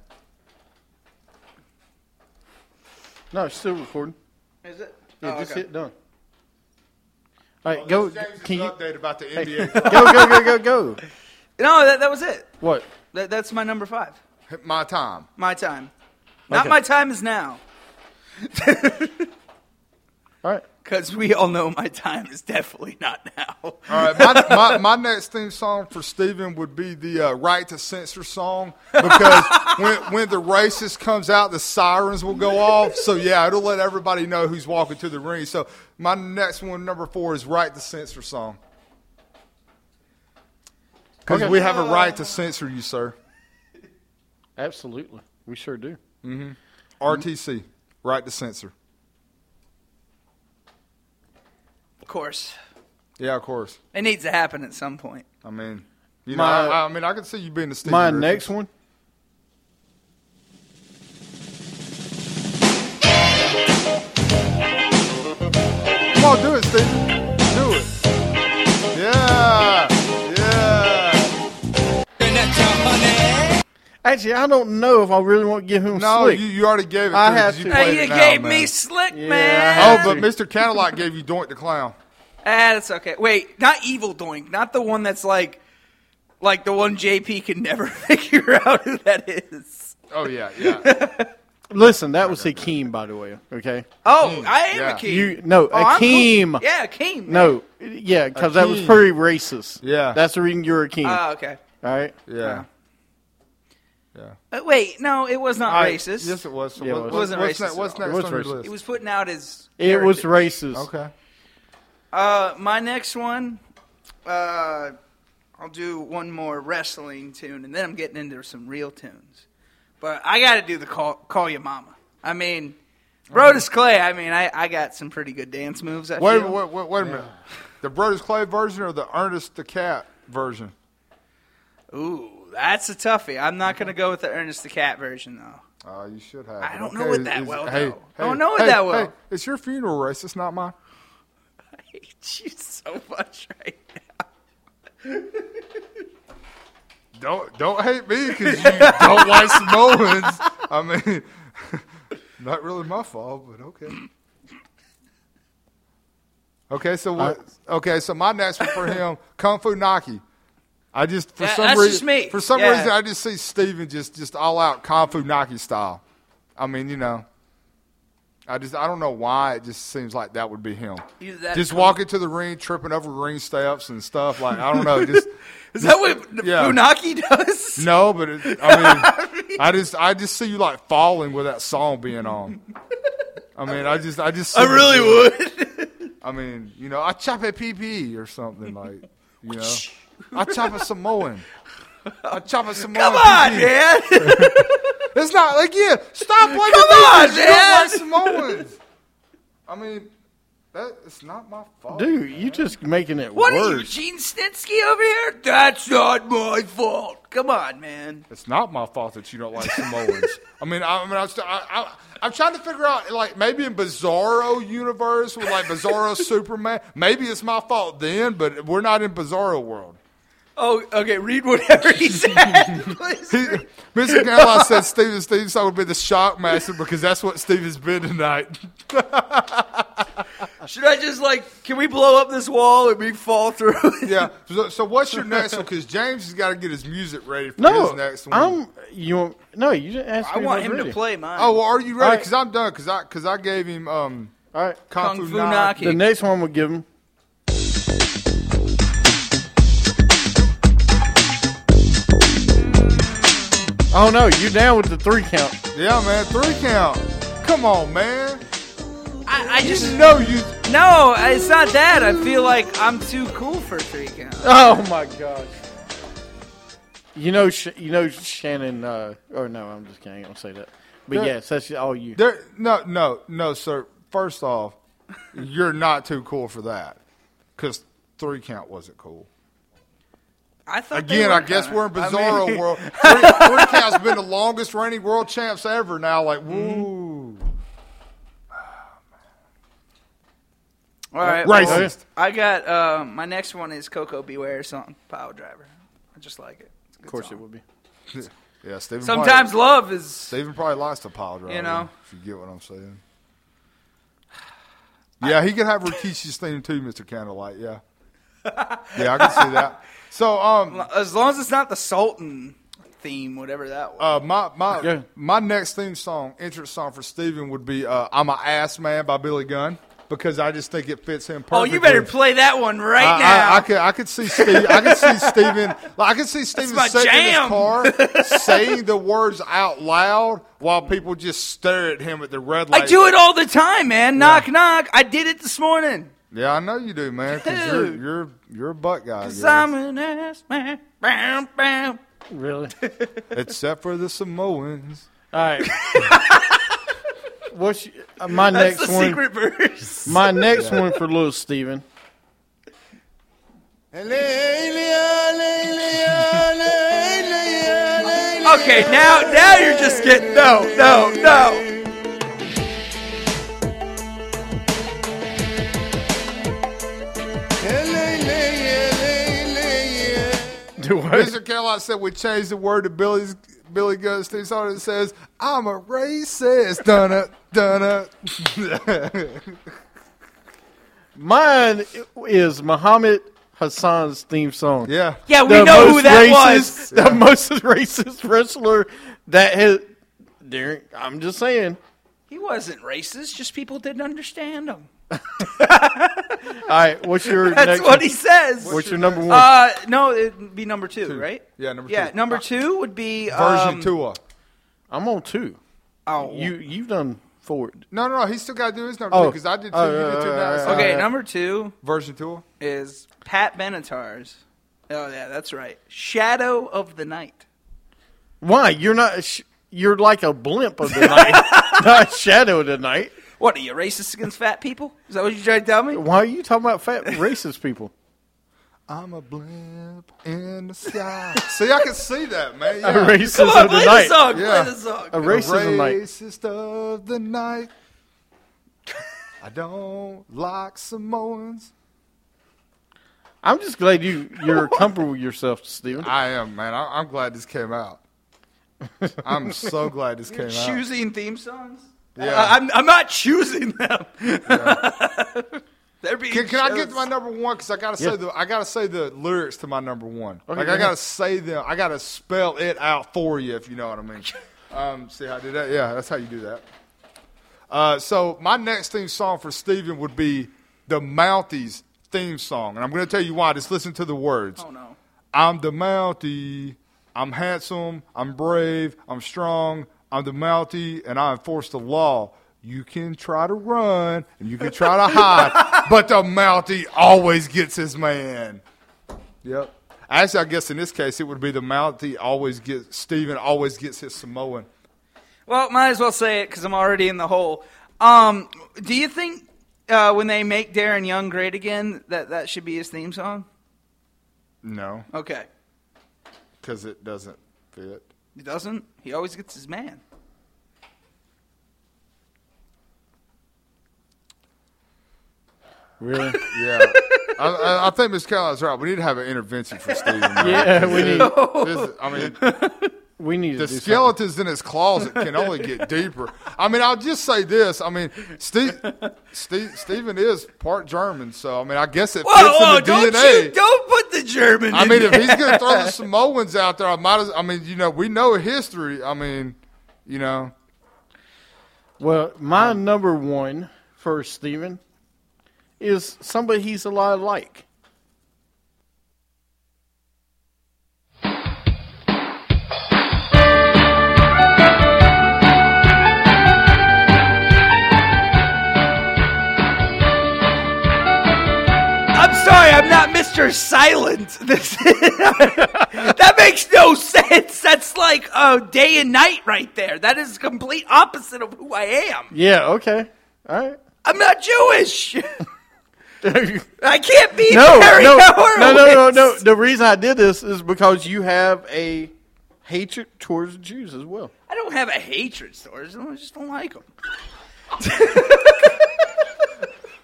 Speaker 1: No, it's still recording.
Speaker 5: Is it?
Speaker 1: Yeah,
Speaker 5: Oh,
Speaker 1: just
Speaker 5: okay.
Speaker 1: hit done. All right, go. Can you
Speaker 4: update about the NBA?
Speaker 1: go go go go go?
Speaker 5: No, that, that was it.
Speaker 1: What?
Speaker 5: That, that's my number five.
Speaker 4: My time.
Speaker 5: My time. Not
Speaker 1: Okay.
Speaker 5: my time is now.
Speaker 1: All right.
Speaker 5: Because we all know my time is definitely not now.
Speaker 4: All right, my, my, my next theme song for Steven would be the uh, Right to Censor song because when, when the racist comes out, the sirens will go off. So, yeah, it'll let everybody know who's walking to the ring. So, my next one, number four, is Right to Censor song. Because we have a right to censor you, sir.
Speaker 1: Absolutely, we sure do.
Speaker 4: RTC, right to censor.
Speaker 5: Of course.
Speaker 4: Yeah, of course.
Speaker 5: It needs to happen at some point.
Speaker 4: I mean, you know,
Speaker 1: My-
Speaker 4: I, I mean, I can see you being the Steven.
Speaker 1: My
Speaker 4: Griffin.
Speaker 1: next one.
Speaker 4: Come on, do it, Steven. Do it. Yeah. Yeah.
Speaker 1: Actually, I don't know if I really want to give him
Speaker 4: No,
Speaker 1: slick.
Speaker 4: you, you already gave it.
Speaker 1: I
Speaker 4: to me
Speaker 1: have
Speaker 4: 'cause
Speaker 1: to.
Speaker 4: played
Speaker 5: Hey, you
Speaker 4: it now,
Speaker 5: gave
Speaker 4: man.
Speaker 5: me slick,
Speaker 1: Yeah, I
Speaker 5: man.
Speaker 4: Oh,
Speaker 1: have
Speaker 4: but
Speaker 1: to.
Speaker 4: Mr. Cadillac gave you Doink the Clown.
Speaker 5: Ah, that's okay. Wait, not evil doink, not the one that's like, like the one JP can never figure out who that is.
Speaker 4: Oh yeah, yeah.
Speaker 1: Listen, that was Hakeem, by the way. Okay,
Speaker 5: Oh, I am
Speaker 4: yeah.
Speaker 5: Akeem.
Speaker 1: you no
Speaker 5: Oh, I'm
Speaker 1: Akeem.
Speaker 5: cool. Yeah, Akeem. man.
Speaker 1: No, yeah, because that was
Speaker 4: Akeem.
Speaker 1: pretty racist.
Speaker 4: Yeah.
Speaker 1: that's the reason you're Akeem.
Speaker 5: Oh, okay.
Speaker 1: all right.
Speaker 4: Yeah.
Speaker 5: Uh, wait, no, it was not
Speaker 4: All right,
Speaker 5: racist.
Speaker 4: Yes, it was. So
Speaker 1: Yeah, it
Speaker 4: what-
Speaker 1: was.
Speaker 5: It wasn't
Speaker 4: what's
Speaker 5: racist
Speaker 4: ne- what's
Speaker 5: at all.
Speaker 4: next
Speaker 1: It was
Speaker 4: on your
Speaker 1: racist.
Speaker 5: He
Speaker 4: list?
Speaker 5: was putting out his.
Speaker 1: It was
Speaker 5: heritage.
Speaker 1: racist.
Speaker 4: Okay.
Speaker 5: Uh, my next one, uh, I'll do one more wrestling tune, and then I'm getting into some real tunes. But I got to do the call, call your mama. I mean, Brodus Clay. I mean, I, I got some pretty good dance moves. I
Speaker 4: Wait,
Speaker 5: feel.
Speaker 4: wait, wait, wait a minute. The Brothers Clay version or the Ernest the Cat version?
Speaker 5: Ooh, that's a toughie. I'm not gonna go with the Ernest the Cat version though.
Speaker 4: Uh, you should have.
Speaker 5: I
Speaker 4: it.
Speaker 5: don't know it that
Speaker 4: is-
Speaker 5: well,
Speaker 4: Hey,
Speaker 5: though. I
Speaker 4: hey,
Speaker 5: don't know it
Speaker 4: hey,
Speaker 5: that well.
Speaker 4: hey, it's your funeral race. It's not mine.
Speaker 5: I hate you so much right now.
Speaker 4: Don't don't hate me because you don't like Samoans. I mean, not really my fault, but okay. Okay, so what? okay, so my next one for him, Kung Fu Naki. I just for
Speaker 5: Yeah,
Speaker 4: some
Speaker 5: that's
Speaker 4: reason
Speaker 5: just me.
Speaker 4: for some
Speaker 5: Yeah.
Speaker 4: reason I just see Steven just just all out Kung Fu Naki style. I mean, you know, I just I don't know why it just seems like that would be him.
Speaker 5: Either that or
Speaker 4: Just
Speaker 5: Kung-
Speaker 4: walking to the ring, tripping over ring steps and stuff. Like I don't know, just
Speaker 5: Is that what
Speaker 4: Yeah.
Speaker 5: Funaki does?
Speaker 4: no, but it, I mean, I just I just see you like falling with that song being on. I mean, I just I just I really would. I mean, you know, I chop a PP or something like, you know, I chop a Samoan. I chop a Samoan.
Speaker 5: Come on,
Speaker 4: PP.
Speaker 5: man.
Speaker 4: It's not like yeah. Stop playing
Speaker 5: Come
Speaker 4: with
Speaker 5: on,
Speaker 4: me 'cause you don't like Samoans. I mean, that it's not my fault.
Speaker 1: Dude, you just making it
Speaker 5: What are you,
Speaker 1: worse.
Speaker 5: Gene Snitsky over here? That's not my fault. Come on, man.
Speaker 4: It's not my fault that you don't like Samoans. I mean, I, I mean, I was, I, I, I'm trying to figure out, like, maybe in Bizarro universe with like Bizarro Superman, maybe it's my fault then, but we're not in Bizarro world.
Speaker 5: Oh, okay. Read whatever he said. please.
Speaker 4: Mr. Caroline said Steven Steve's would be the shock master because that's what Steven's been tonight.
Speaker 5: Should I just like? Can we blow up this wall and we fall through?
Speaker 4: yeah. So, so what's your next one? Because James has got to get his music ready for
Speaker 1: no,
Speaker 4: his next one.
Speaker 1: I'm you. want- No, you didn't ask
Speaker 5: I
Speaker 1: me
Speaker 5: want
Speaker 1: if
Speaker 5: him
Speaker 1: I'm
Speaker 5: to
Speaker 1: ready.
Speaker 5: play mine.
Speaker 4: oh, well, are you ready?
Speaker 1: Alright.
Speaker 4: Because I'm done. Because I because I gave him um
Speaker 1: All right,
Speaker 4: Kung, Fu Nine.
Speaker 1: the next one we'll give him. Oh no, you down with the three count?
Speaker 4: Yeah, man, three count. Come on, man.
Speaker 5: I, I just
Speaker 4: You know you.
Speaker 5: no. It's not that. I feel like I'm too cool for three count.
Speaker 1: Oh my gosh. You know, Sh- you know Shannon. Uh, or no, I'm just kidding. I don't say that. But
Speaker 4: There-
Speaker 1: yes, that's all you.
Speaker 4: There, no, no, no, sir. First off, you're not too cool for that, because three count wasn't cool.
Speaker 5: I thought they
Speaker 4: Again,
Speaker 5: were
Speaker 4: I guess
Speaker 5: kinda-
Speaker 4: we're in
Speaker 5: I mean-
Speaker 4: Bizarro world. Three, three count's been the longest reigning world champs ever. Now, like,
Speaker 5: Mm-hmm.
Speaker 4: woo,
Speaker 5: All right, well,
Speaker 4: racist.
Speaker 5: I got uh, my next one is Coco Beware song Power Driver. I just like it. It's a good
Speaker 1: of course,
Speaker 5: song.
Speaker 1: it would be.
Speaker 4: Yeah, Stephen.
Speaker 5: Sometimes
Speaker 4: probably,
Speaker 5: love is
Speaker 4: Stephen probably likes to pile drive.
Speaker 5: You know.
Speaker 4: if you get what I'm saying. Yeah, he could have Rikishi's theme too, Mister Candlelight. Yeah, yeah, I can see that. So, um,
Speaker 5: as long as it's not the Sultan theme, whatever that was.
Speaker 4: Uh, my my
Speaker 1: Yeah.
Speaker 4: my next theme song, entrance song for Steven would be uh, "I'm an Ass Man" by Billy Gunn because I just think it fits him
Speaker 5: oh,
Speaker 4: perfectly.
Speaker 5: you better play that one right
Speaker 4: I,
Speaker 5: now.
Speaker 4: I, I could I could see Steve, I could see Steven like, I could see Steven
Speaker 5: my
Speaker 4: sitting
Speaker 5: jam.
Speaker 4: in his car saying the words out loud while people just stare at him at the red light.
Speaker 5: I do it all the time, man. Knock knock. I did it this morning.
Speaker 4: Yeah, I know you do, man. Because you're
Speaker 5: Dude.
Speaker 4: you're you're a butt guy. I
Speaker 5: 'Cause
Speaker 4: guess.
Speaker 5: I'm an ass man. Bam, bam.
Speaker 1: Really?
Speaker 4: Except for the Samoans.
Speaker 1: All right. What's your- uh, my
Speaker 5: That's
Speaker 1: next
Speaker 5: the
Speaker 1: one?
Speaker 5: secret verse.
Speaker 1: My next one for little Steven.
Speaker 5: Okay, now now you're just getting no, no, no.
Speaker 1: Do what?
Speaker 4: Mr. Kellogg said we changed the word to Billy's Billy Gunn's theme song that says, I'm a racist. Dunna, dunna.
Speaker 1: Mine is Muhammad Hassan's theme song.
Speaker 4: Yeah.
Speaker 5: Yeah, we know who that
Speaker 1: racist,
Speaker 5: was.
Speaker 1: The most racist wrestler that has. Darren, I'm just saying.
Speaker 5: He wasn't racist, just people didn't understand him.
Speaker 1: All right, what's your
Speaker 5: That's
Speaker 1: next
Speaker 5: what
Speaker 1: one?
Speaker 5: he says.
Speaker 1: What's your number one?
Speaker 5: uh, no, it'd be number two, right?
Speaker 4: Yeah, number
Speaker 5: Yeah,
Speaker 4: two.
Speaker 5: number two would be
Speaker 4: Version
Speaker 5: um,
Speaker 4: Tua.
Speaker 1: I'm on two.
Speaker 5: Oh,
Speaker 1: You you've done four.
Speaker 4: No, no, no. He still got to do his number
Speaker 1: Oh.
Speaker 4: two because I did two.
Speaker 1: Oh,
Speaker 4: you did two.
Speaker 1: yeah,
Speaker 4: now
Speaker 1: yeah,
Speaker 4: it's
Speaker 1: yeah.
Speaker 4: not.
Speaker 5: okay.
Speaker 1: uh,
Speaker 5: number two
Speaker 4: Version Tua.
Speaker 5: is Pat Benatar's. Oh yeah, that's right. Shadow of the Night.
Speaker 1: Why you're not? Sh- you're like a blimp of the night, not a shadow of the night.
Speaker 5: What are you racist against fat people? Is that what you trying to tell me?
Speaker 1: Why are you talking about fat racist people?
Speaker 4: I'm a blimp in the sky. See, I can see that, man.
Speaker 1: A
Speaker 4: Yeah.
Speaker 1: racist
Speaker 5: Come on,
Speaker 1: of the
Speaker 5: play
Speaker 1: night.
Speaker 5: the song.
Speaker 4: Yeah.
Speaker 5: Play the song.
Speaker 1: A racism night.
Speaker 4: Racist of the night. I don't like Samoans.
Speaker 1: I'm just glad you you're comfortable with yourself, Steven.
Speaker 4: I am, man. I, I'm glad this came out. I'm so glad this came out.
Speaker 5: Choosing theme songs.
Speaker 4: Yeah.
Speaker 5: I- I'm, I'm not choosing them. They're being
Speaker 4: Can, can I get
Speaker 5: chosen.
Speaker 4: to my number one? Because I gotta say the I gotta say the lyrics to my number one. like
Speaker 1: go
Speaker 4: I
Speaker 1: ahead.
Speaker 4: gotta say them. I gotta spell it out for you if you know what I mean. um, see how I did that? Yeah, that's how you do that. Uh, so my next theme song for Steven would be the Mounties theme song, and I'm gonna tell you why. Just listen to the words.
Speaker 5: Oh no.
Speaker 4: I'm the Mountie. I'm handsome. I'm brave. I'm strong. I'm the Mountie, and I enforce the law. You can try to run and you can try to hide, but the Mountie always gets his man. Yep. Actually, I guess in this case, it would be the Mountie always gets Steven always gets his Samoan.
Speaker 5: Well, might as well say it because I'm already in the hole. Um, do you think uh, when they make Darren Young great again, that that should be his theme song?
Speaker 4: No,
Speaker 5: Okay,
Speaker 4: because it doesn't fit.
Speaker 5: he doesn't. He always gets his man.
Speaker 1: Really?
Speaker 4: Yeah, I, I, I think Miss Kelly's right. We need to have an intervention for Steven. man.
Speaker 1: Yeah, we need
Speaker 4: This- I mean,
Speaker 1: we need to
Speaker 4: the
Speaker 1: do something.
Speaker 4: skeletons in his closet can only get deeper. I mean, I'll just say this. I mean, Steve, Steve, Stephen is part German, so I mean, I guess it fits
Speaker 5: Whoa, whoa!
Speaker 4: in the
Speaker 5: Don't
Speaker 4: DNA.
Speaker 5: you don't put the German.
Speaker 4: I
Speaker 5: in
Speaker 4: mean, if
Speaker 5: there.
Speaker 4: he's going to throw the Samoans out there, I might. As, I mean, you know, we know history. I mean, you know,
Speaker 1: Well, my number one for Steven is somebody he's a lot like.
Speaker 5: I'm sorry, I'm not Mr. Silent. This that makes no sense. That's like uh, day and night right there. That is complete opposite of who I am.
Speaker 1: Yeah. Okay. All right.
Speaker 5: I'm not Jewish. I can't be
Speaker 1: no,
Speaker 5: Barry
Speaker 1: no,
Speaker 5: Horowitz.
Speaker 1: no, no, no, no. The reason I did this is because you have a hatred towards Jews as well.
Speaker 5: I don't have a hatred towards them. I just don't like them.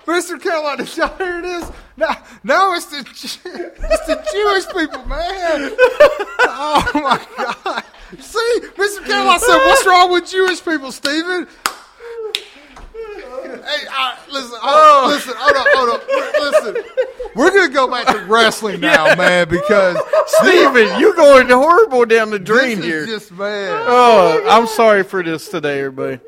Speaker 4: Mister Carolina, y'all hear this? No, no, it's the Ju- it's the Jewish people, man. Oh my God! See, Mister Carolina said, "What's wrong with Jewish people, Stephen?" Hey, I, listen, oh. listen, hold up, hold up, We're- listen. We're gonna go back to wrestling now, man, because
Speaker 1: Steven, you're going horrible down the drain
Speaker 4: this
Speaker 1: here.
Speaker 4: is just man.
Speaker 1: oh, I'm sorry for this today, everybody.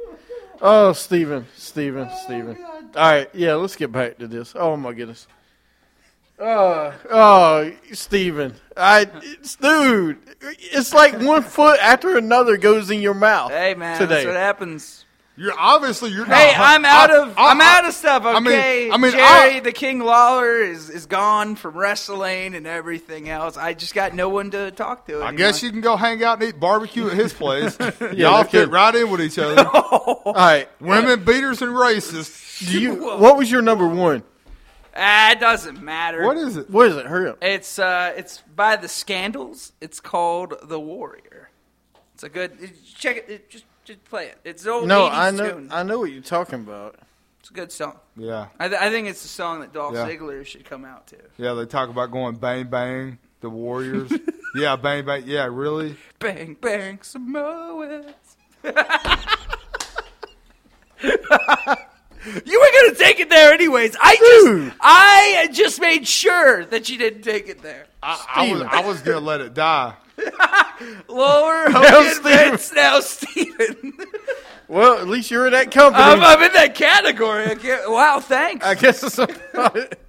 Speaker 1: Oh, Steven, Steven, Steven. All right, yeah, let's get back to this. Oh my goodness. Uh, oh, Steven. I, it's, dude, it's like one foot after another goes in your mouth.
Speaker 5: Hey man,
Speaker 1: today.
Speaker 5: that's what happens.
Speaker 4: You're obviously you're not.
Speaker 5: Hey, I'm out of
Speaker 4: I-
Speaker 5: I, am out of stuff.
Speaker 4: mean-
Speaker 5: Okay,
Speaker 4: Uh-huh. I mean,
Speaker 5: Jerry
Speaker 4: I-
Speaker 5: the King Lawler is is gone from wrestling and everything else. I just got no one to talk to.
Speaker 4: I guess you can go hang out and eat barbecue at his place.
Speaker 1: no
Speaker 4: Y'all fit
Speaker 1: kidding.
Speaker 4: right in with each other.
Speaker 1: All right,
Speaker 4: Women beaters and racists.
Speaker 1: do you? What was your number one?
Speaker 5: Ah, it doesn't matter.
Speaker 4: What is it?
Speaker 1: What is it? Hurry up.
Speaker 5: It's uh, it's by the Scandals. It's called The Warrior. It's a good. Check it. it- just just play it. It's an old
Speaker 1: No,
Speaker 5: 80s
Speaker 1: I know,
Speaker 5: tune.
Speaker 1: I know what you're talking about.
Speaker 5: it's a good song.
Speaker 4: Yeah,
Speaker 5: I, th- I think it's a song that Dolph
Speaker 4: Yeah.
Speaker 5: Ziggler should come out to.
Speaker 4: yeah. They talk about going bang bang. The Warriors. yeah, bang bang. Yeah, really.
Speaker 5: Bang bang Samoans. You were gonna take it there anyways. I just I just made sure that you didn't take it there.
Speaker 4: I, I was, I was gonna let it die.
Speaker 5: Lower Hogan
Speaker 1: Steven.
Speaker 5: Vince now Steven.
Speaker 1: Well, at least you're in that company.
Speaker 5: I'm, I'm in that category. I can't, wow, thanks.
Speaker 1: I guess it's about it.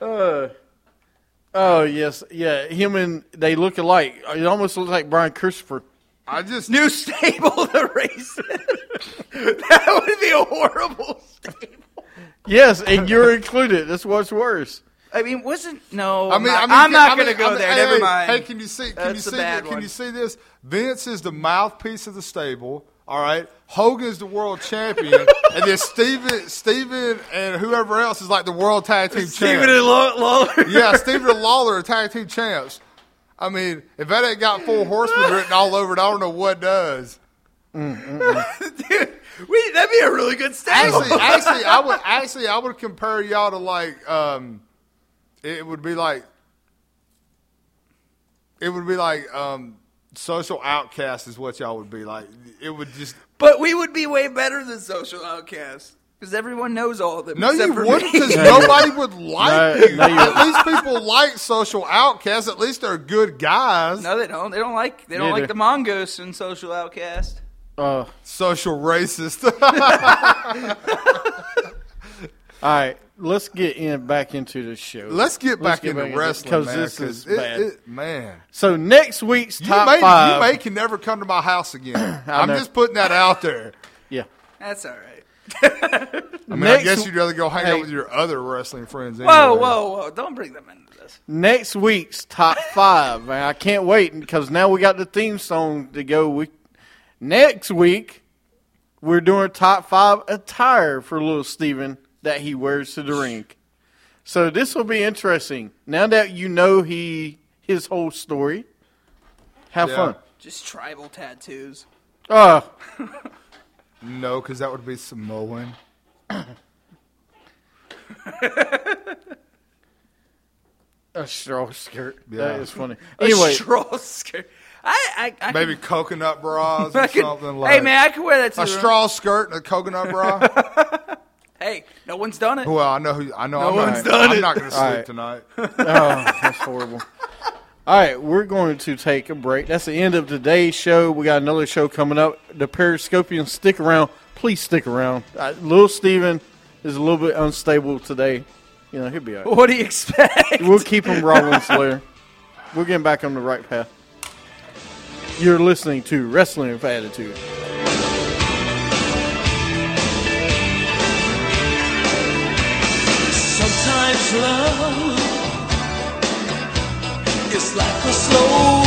Speaker 1: Uh, oh yes, yeah. Him and they look alike. It almost looks like Brian Christopher.
Speaker 4: I just
Speaker 5: New stable the racist. that would be a horrible stable.
Speaker 1: Yes, and you're included. That's what's worse.
Speaker 5: I mean, wasn't no.
Speaker 4: I mean,
Speaker 5: I'm
Speaker 4: I mean,
Speaker 5: not, I'm not
Speaker 4: I mean,
Speaker 5: gonna
Speaker 4: I
Speaker 5: go
Speaker 4: mean,
Speaker 5: there.
Speaker 4: hey,
Speaker 5: Never
Speaker 4: hey,
Speaker 5: mind.
Speaker 4: Hey, can you see? Can you
Speaker 5: That's a
Speaker 4: see?
Speaker 5: bad
Speaker 4: thi- Can
Speaker 5: one.
Speaker 4: you see this? Vince is the mouthpiece of the stable. All right. Hogan is the world champion, and then Steven, Steven, and whoever else is like the world tag team
Speaker 5: Steven
Speaker 4: champ.
Speaker 5: and Law- Lawler.
Speaker 4: yeah, Steven and Lawler are tag team champs. I mean, if that ain't got four horsemen written all over it, I don't know what does.
Speaker 5: Dude, we, that'd be a really good stable.
Speaker 4: Actually, actually, I would actually I would compare y'all to like um, it would be like it would be like um, social outcast is what y'all would be like. It would just
Speaker 5: but we would be way better than Social Outcasts because everyone knows all of them.
Speaker 4: no,
Speaker 5: except
Speaker 4: you
Speaker 5: for
Speaker 4: wouldn't
Speaker 5: me.
Speaker 4: because nobody would like
Speaker 1: No,
Speaker 4: you.
Speaker 1: no, you
Speaker 4: At least people like social outcasts. At least they're good guys.
Speaker 5: No, they don't. They don't like. They don't
Speaker 1: Neither.
Speaker 5: like the Mongoose in Social Outcast.
Speaker 1: Uh, all
Speaker 4: Social racist.
Speaker 1: right, let's get in back into the show.
Speaker 4: Let's get back
Speaker 1: get
Speaker 4: into
Speaker 1: back into-
Speaker 4: wrestling
Speaker 1: 'cause
Speaker 4: man,
Speaker 1: this is
Speaker 4: 'cause it-
Speaker 1: bad.
Speaker 4: it- man.
Speaker 1: so next week's
Speaker 4: You
Speaker 1: top
Speaker 4: may,
Speaker 1: five.
Speaker 4: you may can never come to my house again.
Speaker 1: I
Speaker 4: I'm
Speaker 1: know.
Speaker 4: just putting that out there.
Speaker 1: yeah.
Speaker 5: That's all right.
Speaker 4: I mean, I
Speaker 1: Next-
Speaker 4: guess you'd rather go hang
Speaker 1: Hey.
Speaker 4: out with your other wrestling friends.
Speaker 5: Whoa,
Speaker 4: anyway.
Speaker 5: whoa, whoa! Don't bring them into this.
Speaker 1: Next week's top five, man. I can't wait because now we got the theme song to go with. Next week, we're doing top five attire for little Steven that he wears to the ring. So this will be interesting. Now that you know he his whole story, have
Speaker 4: Yeah.
Speaker 1: fun.
Speaker 5: Just tribal tattoos.
Speaker 1: Oh,
Speaker 4: No, because that would be Samoan.
Speaker 1: a straw skirt.
Speaker 4: Yeah.
Speaker 1: That is funny.
Speaker 5: A
Speaker 1: Anyway,
Speaker 5: straw skirt. I, I, I
Speaker 4: Maybe coconut bras
Speaker 5: I
Speaker 4: or
Speaker 5: could,
Speaker 4: something like.
Speaker 5: hey man, I could wear that to
Speaker 4: a
Speaker 5: the room.
Speaker 4: straw skirt and a coconut bra.
Speaker 5: Hey, no one's done it.
Speaker 4: well, I know who. I know. I'm
Speaker 1: one's
Speaker 4: not,
Speaker 1: done
Speaker 4: I'm
Speaker 1: it.
Speaker 4: not going to sleep
Speaker 1: Alright.
Speaker 4: tonight.
Speaker 1: oh, that's horrible. All right, we're going to take a break. That's the end of today's show. We got another show coming up. The Periscopians, stick around. Please stick around. Uh, Little Steven is a little bit unstable today. You know, he'll be all right.
Speaker 5: What do you expect?
Speaker 1: We'll keep him raw and slayer. We're getting back on the right path. You're listening to Wrestling with Attitude.
Speaker 6: Sometimes love is like a slow